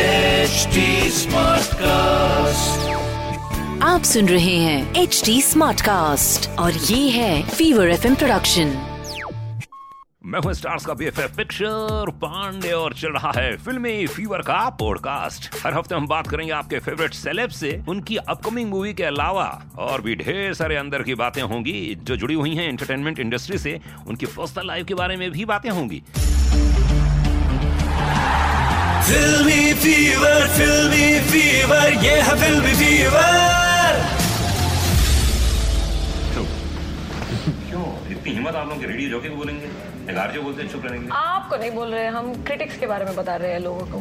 HD Smartcast. आप सुन रहे हैं एच डी स्मार्ट कास्ट और ये है फीवर एफ प्रोडक्शन मैं हूं स्टार्स का बीएफएफ पिक्चर पांडे और चल रहा है फिल्मी फीवर का पॉडकास्ट हर हफ्ते हम बात करेंगे आपके फेवरेट सेलेब से उनकी अपकमिंग मूवी के अलावा और भी ढेर सारे अंदर की बातें होंगी जो जुड़ी हुई हैं एंटरटेनमेंट इंडस्ट्री से उनकी पर्सनल लाइफ के बारे में भी बातें होंगी फिल्मी फीवर फिल्मी फीवर ये है फिल्मी फीवर क्यों इतनी हिम्मत आप लोग के रेडियो जॉकी को बोलेंगे निगार जो बोलते हैं चुप रहेंगे आपको नहीं बोल रहे हैं, हम क्रिटिक्स के बारे में बता रहे हैं लोगों को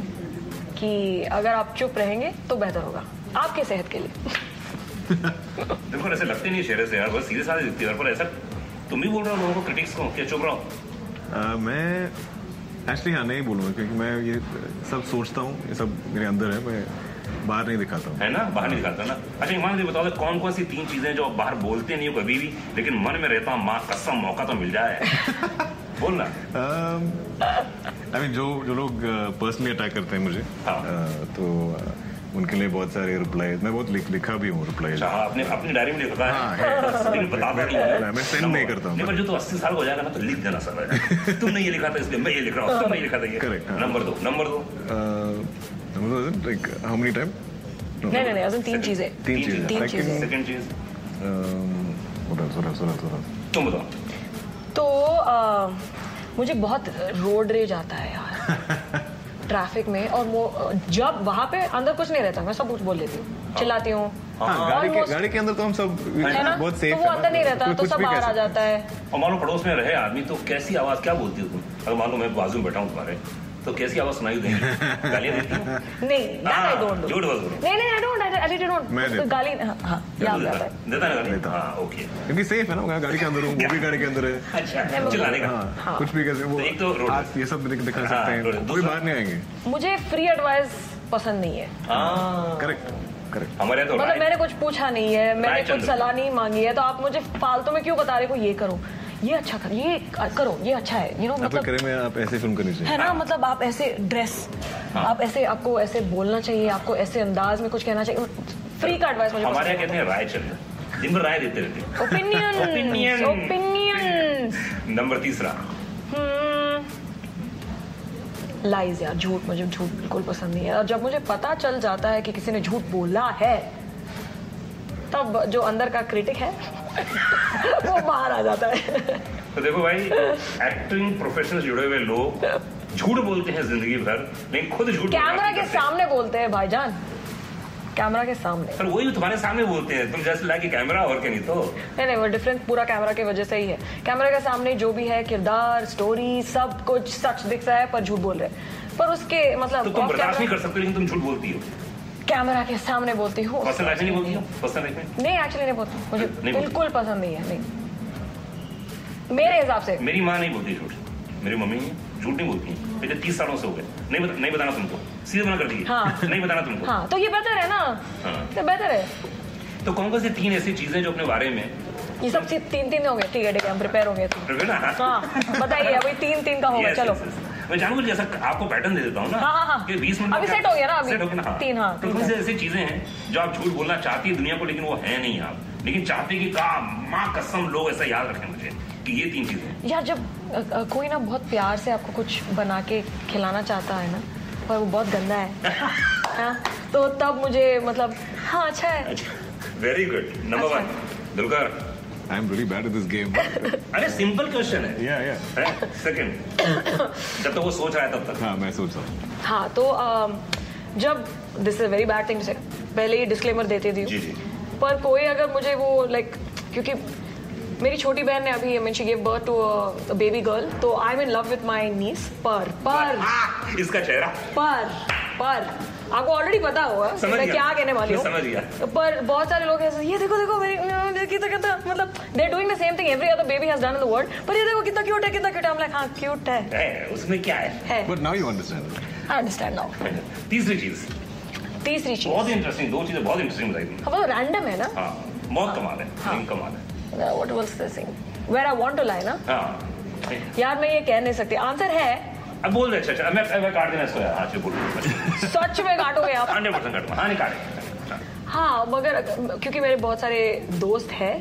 कि अगर आप चुप रहेंगे तो बेहतर होगा आपके सेहत के लिए देखो ऐसे लगते नहीं शेरे से यार बस सीधे साधे दिखती है पर ऐसा तुम भी बोल रहे हो लोगों को क्रिटिक्स को क्या चुप रहा हो अ, मैं एक्चुअली हाँ नहीं बोलूँगा क्योंकि मैं ये सब सोचता हूँ ये सब मेरे अंदर है मैं बाहर नहीं दिखाता हूँ है ना बाहर नहीं निकालता ना अच्छा ईमान से बताओ कौन कौन सी तीन चीजें जो आप बाहर बोलते नहीं हो कभी भी लेकिन मन में रहता माँ कसम मौका तो मिल जाए बोलना अच्छा, आई मीन जो जो लोग पर्सनली अटैक करते हैं मुझे हाँ। अ, तो अ, उनके लिए बहुत सारे रिप्लाई मैं बहुत लिख, लिखा भी हूँ रिप्लाई अच्छा हाँ, अपने अपनी डायरी में लिखा हाँ, है है। लेकिन बताता नहीं है। मैं send नहीं करता हूँ। नहीं पर जो तो अस्सी साल का हो जाएगा ना तो लिख देना सर तुमने ये लिखा था इसलिए मैं ये लिख रहा हूँ तुमने ये लिखा था ये Correct, हाँ। नंबर दो नंबर दो लाइक हाउ मेनी टाइम नहीं नहीं नहीं अजन तीन चीजें तीन चीजें तीन I think, चीजें। सेकंड चीज um, what else, what else, what else, what else? तुम बताओ तो अ, मुझे बहुत रोड रेज आता है यार ट्रैफिक में और वो जब वहाँ पे अंदर कुछ नहीं रहता मैं सब कुछ बोल लेती हूँ चिल्लाती हूँ हाँ, गाड़ी के almost- गाड़ी के अंदर तो हम सब है ना बहुत तो सेफ वो अंदर नहीं रहता तो सब बाहर आ जाता है और मान लो पड़ोस में रहे आदमी तो कैसी आवाज क्या बोलती हो तुम अगर मान लो मैं बाजू में बैठा हूँ तुम्हारे तो कैसी आवाज सुनाई देगी गालियाँ देती हो नहीं हाँ, that I don't do. झूठ मत बोलो नहीं नहीं आई डोंट आई रियली मैं डोंट देता। गाली हाँ, हाँ याद आता है देता ना गाली देता। हाँ ओके क्योंकि सेफ है ना मैं गाड़ी के अंदर हूँ वो भी गाड़ी के अंदर है अच्छा चिल्लाने का हाँ, कुछ भी कैसे वो तो एक तो रोड आज ये सब दिख- दिखा हाँ, सकते रोड हैं है। कोई दूसरा- बाहर नहीं आएंगे मुझे फ्री एडवाइस पसंद नहीं है हाँ करेक्ट करेक्ट हमारे यहाँ तो मतलब राइट- मैंने कुछ पूछा नहीं है मैंने राइट कुछ चंद्र। सलाह नहीं मांगी है तो आप मुझे फालतू में क्यों बता रहे हो ये करो ये अच्छा करो ये करो ये अच्छा है यू नो आपको मतलब करे में आप ऐसे फिल्म करनी चाहिए है ना मतलब आप ऐसे ड्रेस आप ऐसे आपको ऐसे बोलना चाहिए आपको ऐसे अंदाज में कुछ कहना चाहिए फ्री का एडवाइस मुझे हमारे यहाँ कहते हैं राय चंद्र दिन भर राय देते रहते हैं ओपिनियन Opinion. ओपिनियन नंबर तीसरा लाइज यार झूठ मुझे झूठ बिल्कुल पसंद नहीं है और जब मुझे पता चल जाता है कि किसी ने झूठ बोला है तब जो अंदर का क्रिटिक है वो बाहर आ जाता है तो देखो भाई एक्टिंग प्रोफेशन से जुड़े हुए लोग झूठ बोलते हैं जिंदगी भर लेकिन खुद झूठ बोलना कैमरा नहीं के करते। सामने बोलते हैं भाईजान कैमरा के सामने पर वही तुम्हारे सामने बोलते हैं तुम जैसे लाके कैमरा और के नहीं तो नहीं नहीं वो डिफरेंस पूरा कैमरा की वजह से ही है कैमरा के सामने जो भी है किरदार स्टोरी सब कुछ सच दिख रहा है पर झूठ बोल रहे हैं पर उसके तो मतलब तुम off बर्दाश्त नहीं camera- कर सकते लेकिन तुम झूठ बोलती हो कैमरा के सामने बोलती हूँ पर्सनल लाइफ में नहीं बोलती हो पर्सनल लाइफ में नहीं एक्चुअली नहीं बोलती मुझे नहीं बोलती। बिल्कुल पसंद नहीं है नहीं मेरे हिसाब से मेरी माँ नहीं बोलती झूठ मेरी मम्मी झूठ नहीं बोलती हैं। पिछले तीस सालों से हो गए नहीं बता, नहीं बताना तुमको सीधे मना कर दिए हाँ। नहीं बताना तुमको हाँ तो ये बेहतर है ना हाँ। तो बेहतर है तो कौन कौन सी तीन ऐसी चीजें जो अपने बारे में ये सब सी- तीन तीन हो गए ठीक है ठीक है हम प्रिपेयर होंगे तो रखो ना हाँ बताइए अभी तीन तीन का होगा Yes, चलो yes, yes. मैं जानबूझ के ऐसा आपको पैटर्न दे देता हूँ ना हाँ, हाँ, हाँ। कि 20 मिनट अभी का- set हो गया ना अभी? set हो गया ना, हाँ। तीन, हाँ, तो तीन कौन है। से ऐसी चीजें हैं जो आप झूठ बोलना चाहती है दुनिया को लेकिन वो है नहीं आप लेकिन चाहते कि का माँ कसम लोग ऐसा याद रखें मुझे कि ये तीन चीजें हैं। यार जब अ, अ, कोई ना बहुत प्यार से आपको कुछ बना के खिलाना चाहता है ना पर वो बहुत गंदा है हाँ, तो तब मुझे मतलब हाँ अच्छा है वेरी गुड नंबर अच्छा। One Durga I am very bad this game अरे सिंपल क्वेश्चन है या या सेकंड जब तक वो सोच रहा है तब तक हाँ मैं सोच रहा हूँ हाँ तो अम, जब this is very bad thing से पहले ही डिस्क्लेमर देती थी जी, जी। पर कोई अगर मुझे वो लाइक क्योंकि मेरी छोटी बहन ने अभी mean she give birth to baby girl तो I am in love with my niece पर पर आह, इसका चेहरा पर पर आपको ऑलरेडी पता होगा कि समझ मैं गया। क्या कहने वाली मैं हूँ समझ गया। पर बहुत सारे लोग ऐसे ये देखो देखो मेरी मेरी कितना कितना मतलब they are doing the same thing every other baby has done in the world पर ये देखो कितना क्यूट है कितना क्यूट है हम लाइक हाँ क्यूट है है उसमें क्या है है but now you understand I understand now तीसरी चीज तीसरी चीज बहुत इंटरेस्टिंग दो चीजें बहुत इंटरेस्टिंग बताई तुमने अब वो रैंडम है ना Uh, हाँ बहुत कमाल है हाँ। लेकिन कमाल है what was this thing where I want to lie ना हाँ यार मैं ये कह नहीं सकती आंसर है अब बोल दे अच्छा अच्छा मैं मैं काट देना इसको यार हाँ चल बोल सच में काटोगे आप हंड्रेड परसेंट काटूंगा हाँ नहीं काटेंगे हाँ मगर क्योंकि मेरे बहुत सारे दोस्त हैं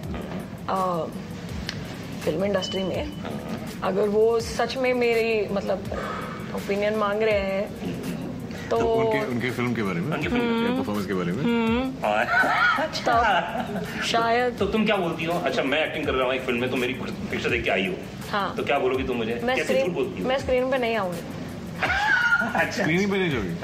अ, फिल्म इंडस्ट्री में अगर वो सच में मेरी मतलब ओपिनियन मांग रहे हैं तो तो उनके उनके फिल्म के बारे में उनकी फिल्म परफॉर्मेंस के बारे में तब शायद हाँ। तो तुम क्या बोलती हो अच्छा मैं एक्टिंग कर रहा हूँ एक फिल्म में तो मेरी पिक्चर देख के आई हो हाँ। तो क्या बोलोगी तुम मुझे मैं कैसे झूठ बोलती स्क्रीन हो मैं स्क्रीन पे नहीं आऊंगी अच्छा स्क्रीनिंग पे नहीं जाओगी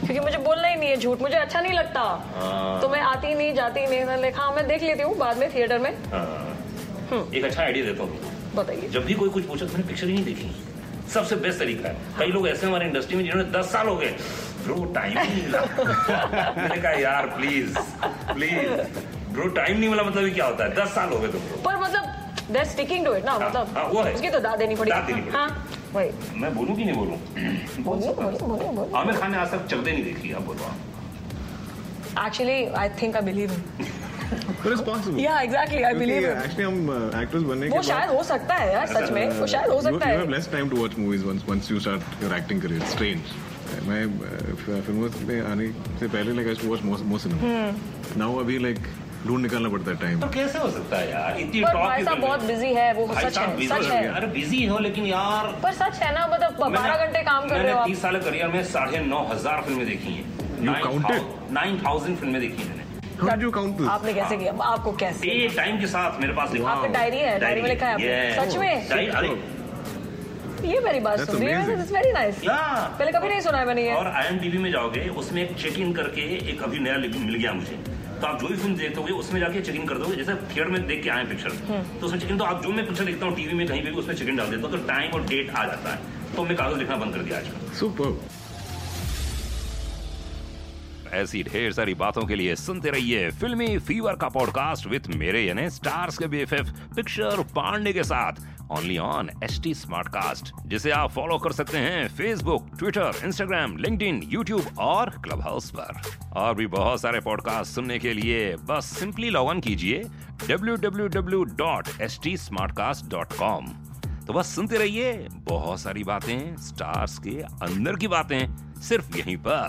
क्योंकि मुझे बोलना ही नहीं है झूठ मुझे अच्छा नहीं लगता हाँ। तो मैं आती ही नहीं जाती ही नहीं मैंने लिखा हाँ मैं देख लेती हूँ बाद में थिएटर में हाँ। एक अच्छा आइडिया देता हूँ बताइए जब भी कोई कुछ पूछे तो मैंने पिक्चर ही नहीं देखी सबसे बेस्ट तरीका है कई लोग ऐसे हैं हमारे इंडस्ट्री में जिन्होंने दस साल हो गए ब्रो टाइम ही नहीं मिला मैंने कहा यार प्लीज प्लीज ब्रो टाइम नहीं मिला मतलब ये क्या होता है दस साल हो गए तुमको पर मतलब देर स्टिकिंग टू इट ना हाँ, मतलब हाँ, वो है। उसकी तो दाद देनी पड़ेगी दाद देनी पड़ेगी। हाँ वही मैं बोलूँ कि नहीं बोलूँ बोलिए बोलिए बोलिए बोलिए आमिर खान ने आज तक चकदे नहीं देखी आप बोलो आप Actually, I think I believe him. Hmm. पर it's possible Yeah, exactly, I believe him. Actually हम एक्टर्स बनने के वो शायद हो सकता है यार सच में वो शायद हो सकता you, you have है less time to watch movies once once you start your acting career. It's strange. मैं अ, फिल्मों में आने से पहले like I watch more cinema now अभी लाइक ढूंढ निकालना पड़ता है टाइम तो कैसे हो सकता है यार इतनी पर talk भाई की साहब दुनिया बहुत में। बिजी है वो भाई सच साहब है busy सच हो है गया। अरे बिजी हो लेकिन यार पर सच है ना मतलब बारह घंटे काम कर रहे हो तीस आप साल करियर में साढ़े नौ हजार फिल्में देखी हैं You counted? नाइन थाउजेंड फिल्में देखी हैं मैंने how do you count this आपने कैसे किया आपको कैसे ये टाइम के साथ मेरे पास लिखा आपकी डायरी है डायरी में लिखा है आपने सच में डायरी अरे ये मेरी बात That's सुन रही है amazing. This very nice Yeah. पहले कभी नहीं सुना है मैंने ये और आईएमडीबी में जाओगे उसमें एक चेक इन करके एक अभी नया लिख- मिल गया मुझे तो आप जो भी फिल्म देखोगे उसमें जाके चेक इन कर दोगे जैसे थिएटर में देख के आए पिक्चर हम्म। तो उसमें चेक इन तो आप जो मैं पिक्चर देखता हूँ टीवी में कहीं पे भी उसमें चेक इन डाल देता हूँ तो टाइम और डेट आ जाता है तो मैं कागज लिखना बंद कर दिया आजकल सुपर ऐसी ढेर सारी बातों के लिए सुनते रहिए फिल्मी फीवर का पॉडकास्ट विथ मेरे यानी स्टार्स के बीएफएफ पिक्चर पांडे के साथ only on H T smartcast जिसे आप फॉलो कर सकते हैं Facebook Twitter Instagram LinkedIn YouTube और क्लब हाउस पर और भी बहुत सारे पॉडकास्ट सुनने के लिए बस सिंपली लॉग इन कीजिए www.stsmartcast.com तो बस सुनते रहिए बहुत सारी बातें स्टार्स के अंदर की बातें सिर्फ यहीं पर